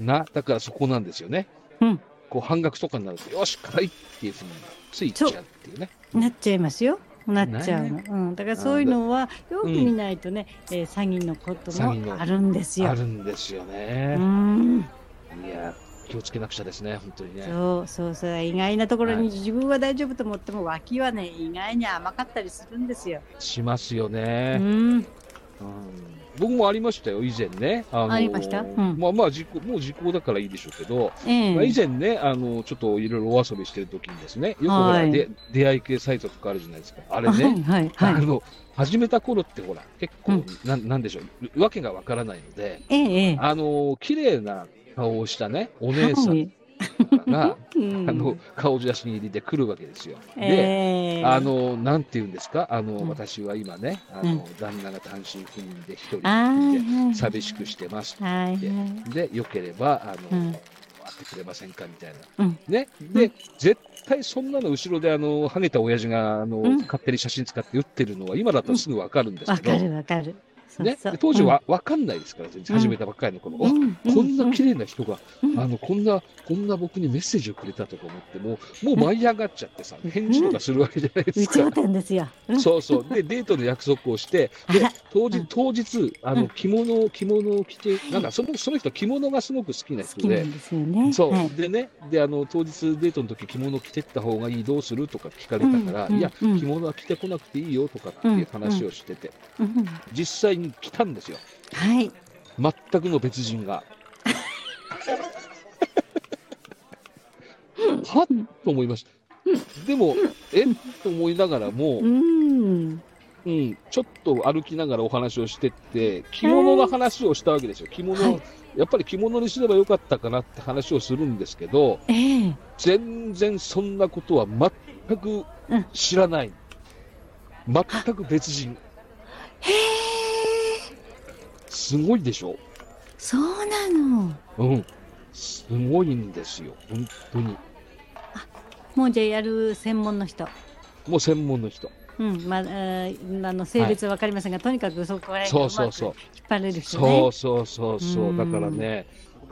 な、だからそこなんですよね。
うん
こう半額とかになると、よし、買いっていうふうについちゃうっていうね。
なっちゃいますよ。なっちゃうの。うん、だからそういうのはよく見ないとね、えー詐欺のこと
詐欺の
もあるんです
あ
よ。
るんですよ
う
ね。
ん、
いや、気をつけなくちゃですね、本当にね。
そうそうそう意外なところ
は
に
い
自分は大丈夫と思っても脇はね意外に甘かったりするんですよ。
しますよ
う
ね、う
ん、
ん僕もありましたよ、以前ね。あ
ありましたうん
まあまあ時効、もう時効だからいいでしょうけど、
ええ
まあ以前ね、あの、ちょっといろいろお遊びしてる時にですね、よくほら、
はい
で出会い系サイトとかあるじゃないですか。あれ
あは
ね
い、はい
あ
はい。
の、始めた頃ってほら、結構、
うん
なん、なんでしょう、わけがわからないので、
ええええ
あの、綺麗な顔をしたね、お姉さん
はい
が、
うん
あの、顔写真入りで来るわけですよ。で、
ええ
あの、なんて言うんですか、あの、
うん
私は今ね、あ
う
の
ん、
旦那が単身赴任で一人
あー
で
はい
寂しくしてます。
はいはい
で、よければ、あの、
うん
会ってくれませんかみたいな。
うん
ね。
う
で
ん、
絶対そんなの後ろで、あの、跳ねた親父が、あの、
うん
勝手に写真使って打ってるのは、今だったらすぐわかるんです
わ
けど、
かるわかる。そう
ね
そ、う
で当時はわかんないですから、全然
うん
始めたばっかりの頃、
う
お
ん、
こんな綺麗な人が、
うん
あのこんなこんな僕にメッセージをくれたとか思ってもうもう舞い上がっちゃってさ、返事とかするわけじゃないで
有
すか。
頂天ですよ。うん
そうそうでデートの約束をして
あ
で
ら
当
う
日
ん
当日あ
うん
の着物を着物を着て、
い
なんかそのその人着物がすごく好きな
好
人
きな
で
ん。ですよね。
そう、
はい
でねであの当日デートの時着物着てった方がいいどうするとか聞かれたから、
うんうん
いや
うん
着物は着てこなくていいよとかっていう話をしてて、
うん
実際に来たんですよ
はい。
全くの別人 が。はっと思いました。でも、えと思いながらも
う、ん。
うん、ちょっと歩きながらお話をしてって、着物の話をしたわけですよ。着物、
はい
やっぱり着物にすればよかったかなって話をするんですけど、
ええ。
全然そんなことは全く
うん
知らない。全く別人。
へえ。
すごいでしょ
そうなの。
うん。すごいんですよ。本当に。
もうじゃあやる専門の人。
もう専門の人。
うん、まあ、えーあの性別はわかりませんが、とにかくそこら辺
そ
が
うそうそう
まく引っ張れる人
そ
ね
う。そうそうそうう。
ん
だからね、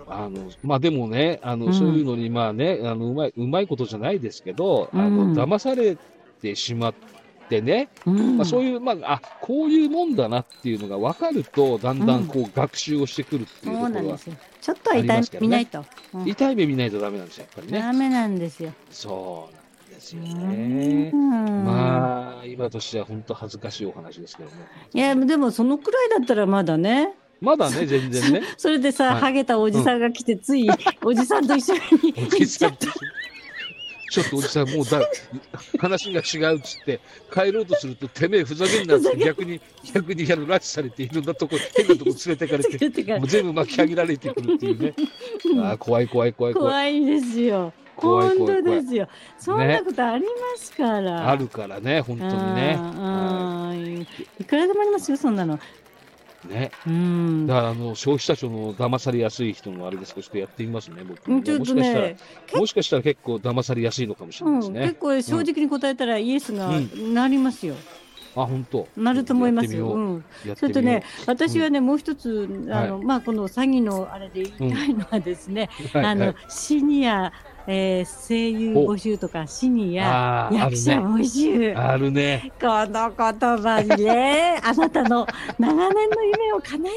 あの、まあでもね、あ
う
の、
ん
そういうのに、まあね、あの、うまい、うまいことじゃないですけど、あ
うん
の、騙されてしまってね、
うん
まあそういう、まあ、あ、こういうもんだなっていうのが分かると、だんだんこう学習をしてくるってい
そう
うとこ
なん
ろ
で
は、
すよ。ちょっとは痛
あり
い
ますけどね
見ないと、うん
痛い目見ないとダメなんですよ、やっぱりね。
ダメなんですよ。
そうなんですよね
う。ん
まあ、今としては本当恥ずかしいお話ですけどね。
いやでもそのくらいだったらまだね
まだね、全然ね。
それでさ、
はい
ハゲたおじさんが来て、ついおじさんと一緒に
お
行
じ
っち
さ
ゃ
ん
っ
と ちょっとおじさん、もうだ、話が違うっつって、帰ろうとすると、てめえふざけんなっつって、逆に、逆にあの拉致されて、いろんなとこ、変なとこ連れてかれ
て
て、
るってか
もう全部巻き上げられてくるっていう ね。ああ、怖い怖い怖い怖い。
怖いですよ。
怖い
本
怖い
当
怖い
ですよ。そんなことありますから。
あるからね、本当にね。
あーうんいくらでもありますよ、そんなの。
ね。
うん。
だから、あの、消費者庁の騙されやすい人のあれですけど、ちょっとやってみますね、僕
う
も
んち
ね。
ょ
も
っ
し
と
かした
ね
ら、、もしかしたら結構騙されやすいのかもしれ
う
ない
ん、
です
結
ね。
構正直に答えたらイエスが
うん
なりますよ。
あ、本当。
なると思いますよ。
や
うん、
ってみよう。やって
それと
みよ
ね、私はね、もう一つ、あの、
は
まあ、この詐欺のあれで言いたいのはですね、
う。はい
あの、
はい
シニア、えー声優募集とか、シニア、
あーあ
役
る
者
ね。
募集。
あるね。
この言葉に ね、あなたの長年の夢を叶えてみま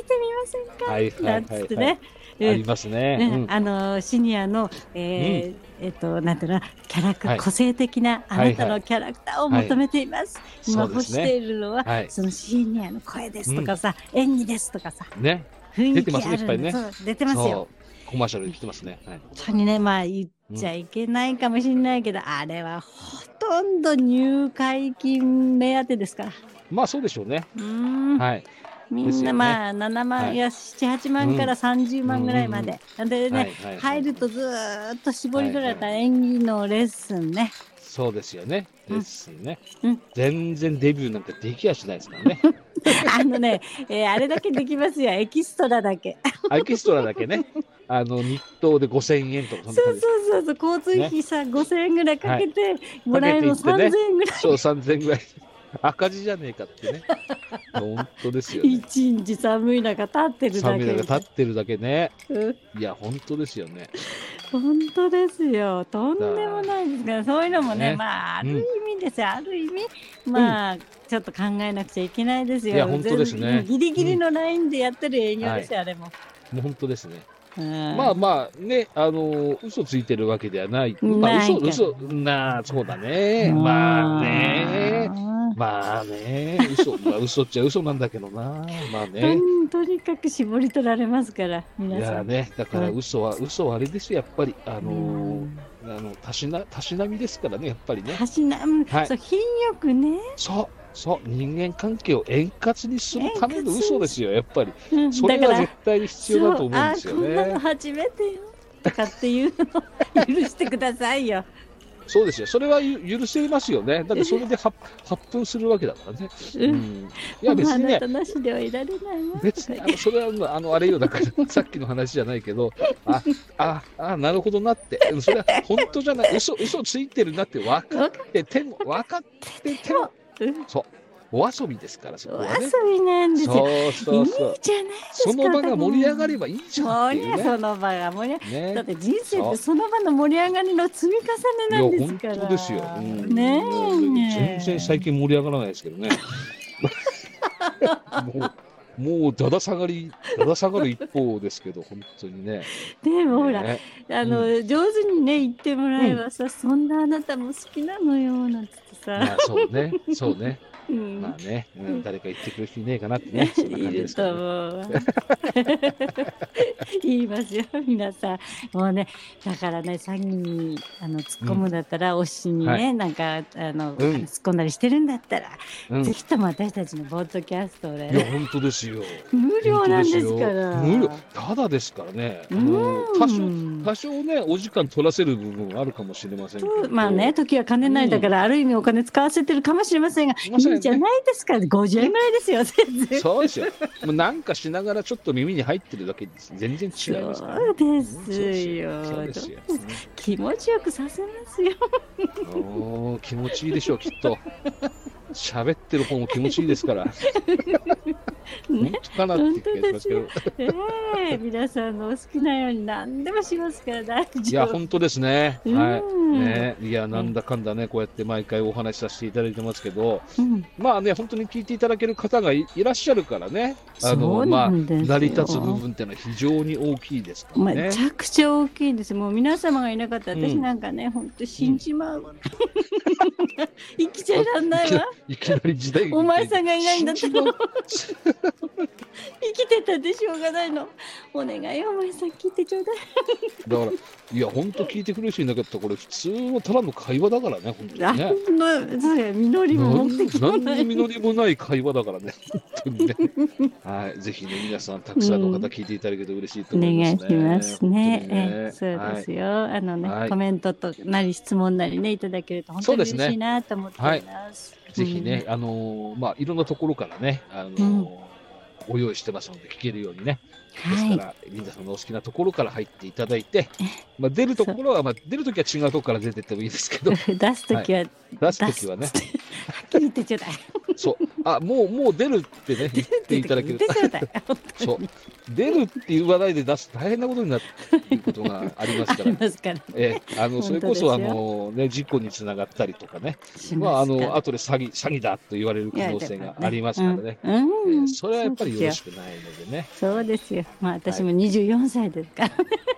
せんか
はいはいは
ないんつ
は
って
い、
ね。
あ
うん
りますね。
ね
うん
あのシニアの、えーえっとなんていうのキャラク、
はい
個性的なあ
はいはい
なたのキャラクターを求めています。今
そうで
欲
す
して
ね。
いるのは、
はい。
そのシニアの声ですとかさ、演技ですとかさ
ね。
雰囲
出て
気
ますね
あるん
い
で
っぱい
そう出てますよ。
う。コマーシャルに来てますね。はい。
本当にねまあ言っちゃいけないかもしれないけど、あれはほとんど入会金目当てですから。
まあそうでしょうね。
うーん
はい。
み
です
ん
よね
なまあ7万、、
はいい
や78万から30万ぐらいまで。でね、
はいはい
入るとずーっと絞り取られた演技のレッスンね。
そうですよね。
うん
ですね、
うん
全然デビューなんかできやしないです からね。
あのね、えーあれだけでき ますよ、エキストラだけ。
あエキストラだけね。あの、日当で5000円とかそ
そ
ん
う
な
そ
感
う
じで
そうそう、交通費さ、5000円ぐらいかけて、もらえるの
かけていって
3000
ね
円ぐらい。
そう、3000円ぐらい。赤字じゃねえかってね。本当ですよね。
一日寒い中立ってるだ
寒い
け
中立ってるだけね。
うん
いや、本当ですよね。
本当ですよとんでもないですからそういうのもね
ね
まああ
うん
る意味ですよ、ある意味まあ、ちょっと考えなくちゃいけないですよ
いや本当ですね
全ギリギリのラインでやってる営業ですよ、あれも、
もう本当ですね。
うん
まあまあね、あのー嘘ついてるわけではない。まあ
ない
嘘、
け
嘘
ど、
なあ、そうだね。
うん
まあね。まあね、嘘、まあ嘘っちゃ嘘なんだけどな。まあ
と
ね。
んとにかく絞り取られますから
い
皆さ
や
ん、
ね、だから嘘は、嘘はあれですよ、やっぱり。あ
う
の
ん
ーあの、たしな、たしなみですからね、やっぱりね。
たしなむ、
はい
そう品よくね、
そう、そう、人間関係を円滑にするための嘘ですよ、やっぱり。
うん
それ
だか
が
ら
絶対に必要だと思うんですよ
そうあーこんなの
ね。
初めてよとかっていうのを許してくださいよ。
そうですよ。それはゆ許せますよ ね。だってそれで発発奮するわけだからね。
うん
ん、いや別に
あな
ね
た、なしではいられないわ。
別にあのそれはあのあれよ だからさっきの話じゃないけど、あああなるほどなって、うんそれは本当じゃない、嘘嘘ついてるなって分かってても分かってても
うん
お遊びですからそこ
お
はね。
遊びなんですよ。
そう
い
そう
い
そう。
じゃないですか。
その場が盛り上がれ
ば。
ばいいじゃんっ
そ
て
り
いう
ゃ
ね
そ。の場が盛り上が
ね
だっ。て人生ってその場の盛り上がりの積み
いや
重ねな
本
んですから。
当ですよ。うん
ね
全
え。
然最近盛り上がらないですけどね。もうもうだだ下がりだだ下がる一方ですけど本当にね。
でもほら、
ね
あの、上手にね言ってもらえばさ、そんなあなたも好きなのよなんつって
ま
さ、
あそうねそうね
うん
まあね、うん、誰か言ってくれる人いねえかなって ね。そんな感
い
じで
る
すけ
と
ど
思
ね
うわ。言いますよ皆さん。もうねだからね詐欺にあの突っ込むんだったら、推しにね、
は
なんかあ
う
の、
ん
突っ込んだりしてるんだったら、
うん。
ぜ
い
ひとも私たちのポッドキャストで、
や本当ですよ。
無料なんですから。
無料ただですからね。
う
もう多少
ん。
多少ねお時間取らせる部分はあるかもしれませんけど。
まあね、時は金ないだから、ある意味お金使わせてるかもしれませんが、いいじゃないですか、50円ぐらいですよ、全然。
そうですよ。もうなんかしながらちょっと耳に入ってるだけです。全然違いますからね、
そうですよ
そうですよ。
どう気持ちよくさせますよ。
おー気持ちいいでしょう、きっ と。喋ってる方も気持ちいいですから。本
ね、
当かなって気がしますけど。
ええ皆さんのお好きなように何でもしますから大丈夫。
いや、本当ですね。
うん
はい。ね、いや、なんだかんだね、こうやって毎回お話しさせていただいてますけど、
うん
まあね、本当に聞いていただける方がいいらっしゃるからね、あ
そ
の、ま
うな
あ、
んですよ
成り立つ部分っていうのは非常に大きいですからね
め。ちゃくちゃ大きいです。もう皆様がいなかったら、
う
私
ん
なんかね、本当死んじまう わ。生きちゃいらんないわ。
いきなり時代劇
お前さんがいないんだったら
違う
生きてたってしょうがないの。お願いよ、お前さん聞いてちょうだい。
だから、いや、本当聞いてくれる人いなかったら、これ普通のただの会話だからね、本当に
あ
ね。
の、そうや、実りも目的も
何
な
の
い。
実りもない会話だからね、本当にね。はい、ぜひね、皆さん、たくさんの方、聞いていただけると嬉しいと
お
思
願
いま
い
す
し
ね。
ますね。
本当にね
ええそうですよ。あのね、
はい
コメントとなり質問なりねいただけると本
そ
当
うで
に
すね
嬉しいなと思っています。
はいぜひね、あのーまあ、いろんなところからね、あのー
うん
ご用意してますので、聞けるようにね。
うん。
ですか
は
ら、皆さんのお好きなところから入っていただいて、まあ、出るところは、まあ、出るときは違うところから出てってもいいですけど、
い。出すときは、
出すときはね、
出すって。はっきり言ってちょうだい。
そう、あ、もう、もう出るって ね、言っていただける
言。ってちょうだい。
そう、出るっていう話題で出すと大変なことになるっていうことがあります
あ
から
り。ますから。
ええ、あのそれこ
本
そあ
当ですよ
の、ね、事故につながったりとかね、
し
まあ、あ
ますから
の後で詐欺詐欺だと言われる可能性がありますからね、。
いやでもうんう
え
ん
えそれはやっぱりよろし
く。
くないのでね、
そうですよ。まあ私も24歳ですから。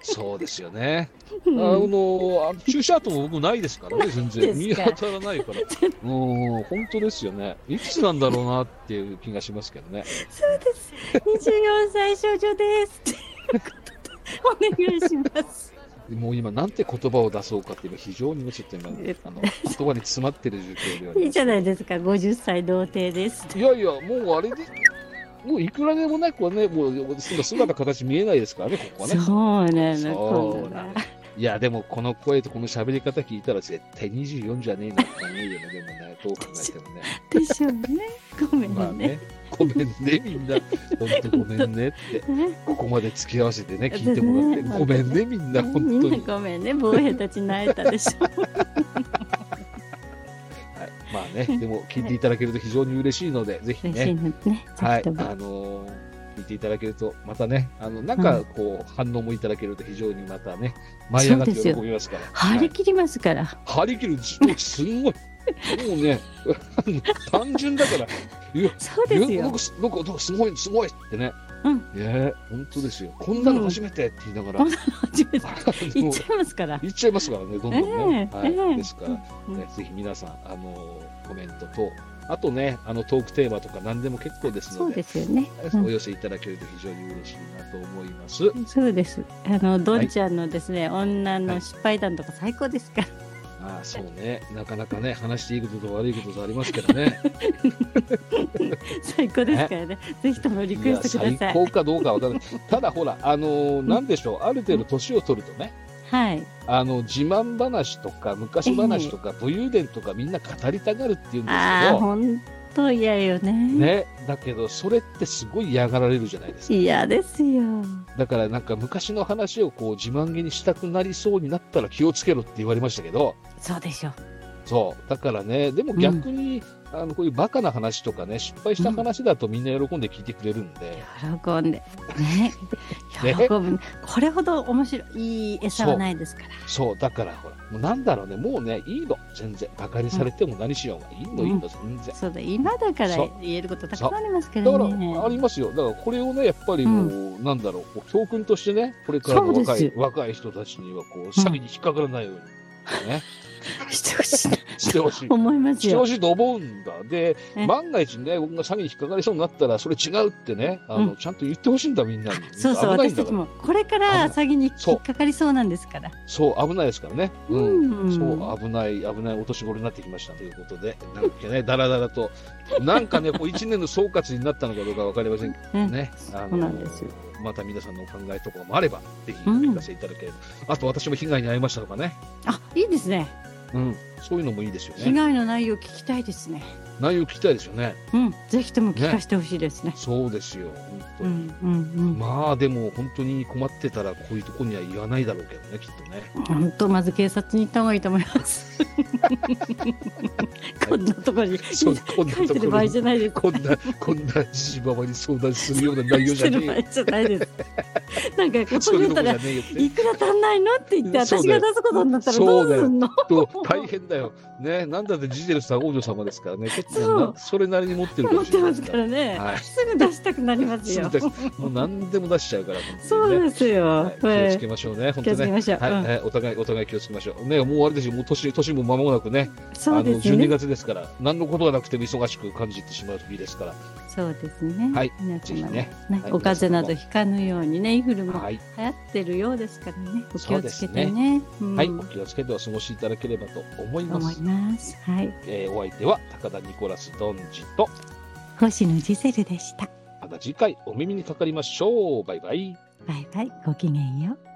そうですよね。あ
うん
の、あの注射跡も僕ないですからね、全然。
ない
見
ですか
当たらないから。うん、本当ですよね。いつなんだろうなっていう気がしますけどね。
そうです。24歳少女です。ということでお願いします。
もう今、なんて言葉を出そうかって今、非常にちょっと今、あの言葉に詰まってる状況ではあります
いいじゃないですか。50歳童貞です。
いやいや、もうあれで、もういくらでもなくはね、もう姿形見えないですからね、ここはね。
そうなの。
そう
こ
なのいや、でもこの声とこの喋り方聞いたら絶対24じゃねえなって思うよね、でもね、どう考えてもね。
でしょうね。ごめんね。
まあね、ごめんね、みんな。本当ごめんねって、
ね
ここまで付き合わせてね、聞いてもらって、ごめんね、みんな、本
み
当
んな
に。
ごめんね。防衛たち泣いたでしょ。
はい、まあね、でも聞いていただけると非常に嬉しいので、ぜひ
嬉しい
ね、
のね。
はい、
ち
あ
ょっと
のー聞いていただけると、またね、あの、なんか、こう、反応もいただけると非常にまたね、舞い上がって喜びますから。
張
はい
り切りますから。
張り切る、もうすんごい。もうね、 単純だから、いや、
そうです
いやな
よ
んか。すなんかなんかすごい、すごいってね。
うん
ええ本当ですよ。こんなの初めてって言いながら、
うん初めて
言
行っちゃいますから。
っちゃいますからね、どんどんね。
ええ
はい
ええ
ですから、ね
うん
ぜひ皆さん、あのーコメントと、あとね、あのトークテーマとか何でも結構です
そ
の
う
で、
ですよね。うん
お寄せいただけると非常に嬉しいなと思います。
そうです。あの、どんちゃんのですね、女の失敗談とか最高ですから。
まあそうね、なかなかね、話していいことと悪いこととありますけどね。
最高ですからね。ぜひとも リクエストくだ
いや
さ
最
い。
高かどうかわからない。 ただほら、あのーなんでしょう、ある程度年を取るとね、
はい。
あの、自慢話とか、昔話とか、武勇伝とかみんな語りたがるっていうんです
ああ、
けど、
本当嫌よね。
ね、だけど、それってすごい嫌がられるじゃないですか。
嫌ですよ。
だからなんか昔の話をこう自慢げにしたくなりそうになったら気をつけろって言われましたけど、
そうでしょう。
そう。だからね、でも逆に、あの、こういうバカな話とかね、失敗した話だとみんな喜んで聞いてくれるんで、
喜んで。ね。喜ぶ。これほど面白い、いい餌はないですから。
そう、だからほら、もうなんだろうね、もうね、いいの、全然。バカにされても何しようが、いいの、
うん
いいの、全然。
そうだ、今だから
そう
言えることたくさんありますけ
だか
どね。
ら、ありますよ。だから、これをね、やっぱりもう、なんだろう、こう教訓としてね、これからの
そう
若
で
い
す
若い人たちには、こう、詐欺に引っかからないように、ね、
してほしいな
してほしい
と。思います
してほ
よ。
しいと思うんだ。で
ね、
万が一ね、僕が詐欺に引っかかりそうになったら、それ違うってね、あの、
うん
ちゃんと言ってほしいんだ、みんなに。
そうそう、
危ない
私
んだ
た
か
ち
ら。
も、これから詐欺に
そう
引っかかりそうなんですから。
そう、危ないですからね。うん。
うん
そう、危ない、危ないお年頃になってきましたということで、なんかね、だらだらと、なんかね、こう一年の総括になったのかどうかわかりませんけどね、あ
そう
の
なんですよ、
また皆さんのお考えとかもあれば、ぜひお聞かせいただければ、あと私も被害に遭いましたとかね、
あ、いいですね。
うん、そういうのもいいですよ
被
ね。
害の内容聞きたいですね。
内容聞きたいですよね。
うん、ぜひとも聞かせてほしいですね。
そうですよ、本当
う
に。
ん、うん、
まあでも本当に困ってたらこういうとこには言わないだろうけどねきっとね
うん。本当、まず警察に行った方がいいと思います。こんなところに。
そ
書
うこんなとこ
いてる場
ろ
合
に
じゃないです。
こんなこんなじじばばに相談するような内容じ
書
ゃ
いて
ねえよ
る場合じゃないです。なんか、こ
そう
こ
いう
に
とこ
言った
じゃ
ら
ね。えよって
いくら足んないのって言って、
そう
私
だよ
が出すことになったらどうすんの
と大変だよ。ね、なんだってジゼルさん王女様ですからね、結構なそれなりに持ってるか
持
も
っ
してれな
ま
い
すからね。
はい
すぐ出したくなりますよ。
すぐ出すもう何でも出しちゃうから、本
そ
当に
う
ね。
ですよ。
はい、気をつ
え
けましょうね、
え
本
気
当
をつけ
ね。
ましょう。
はい、
うん
はいお互い、お互い気をつけましょう。ね、もうあれですよ、もう年、年も間もなくね、
そう
の、
です
12
ね。
月ですから、何のことがなくても忙しく感じてしまう時ですから、
そうですね。
はい
皆
ぜ
様
ひ
も
ね
ね、
はい
お風邪などひかぬようにね、インフルも
はい、
流行ってるようですからね、お気
そう
を
で
つ
す
け
ね
てね。うん
はい、お気をつけてお過ごしいただければと思いま
思い
す。
ます。はい、
えーお相手は、高田ニコラス・ドンジと、
星野ジゼルでした。
また次回お耳にかかりましょう。バイバイ。
バイバイ、ごきげんよう。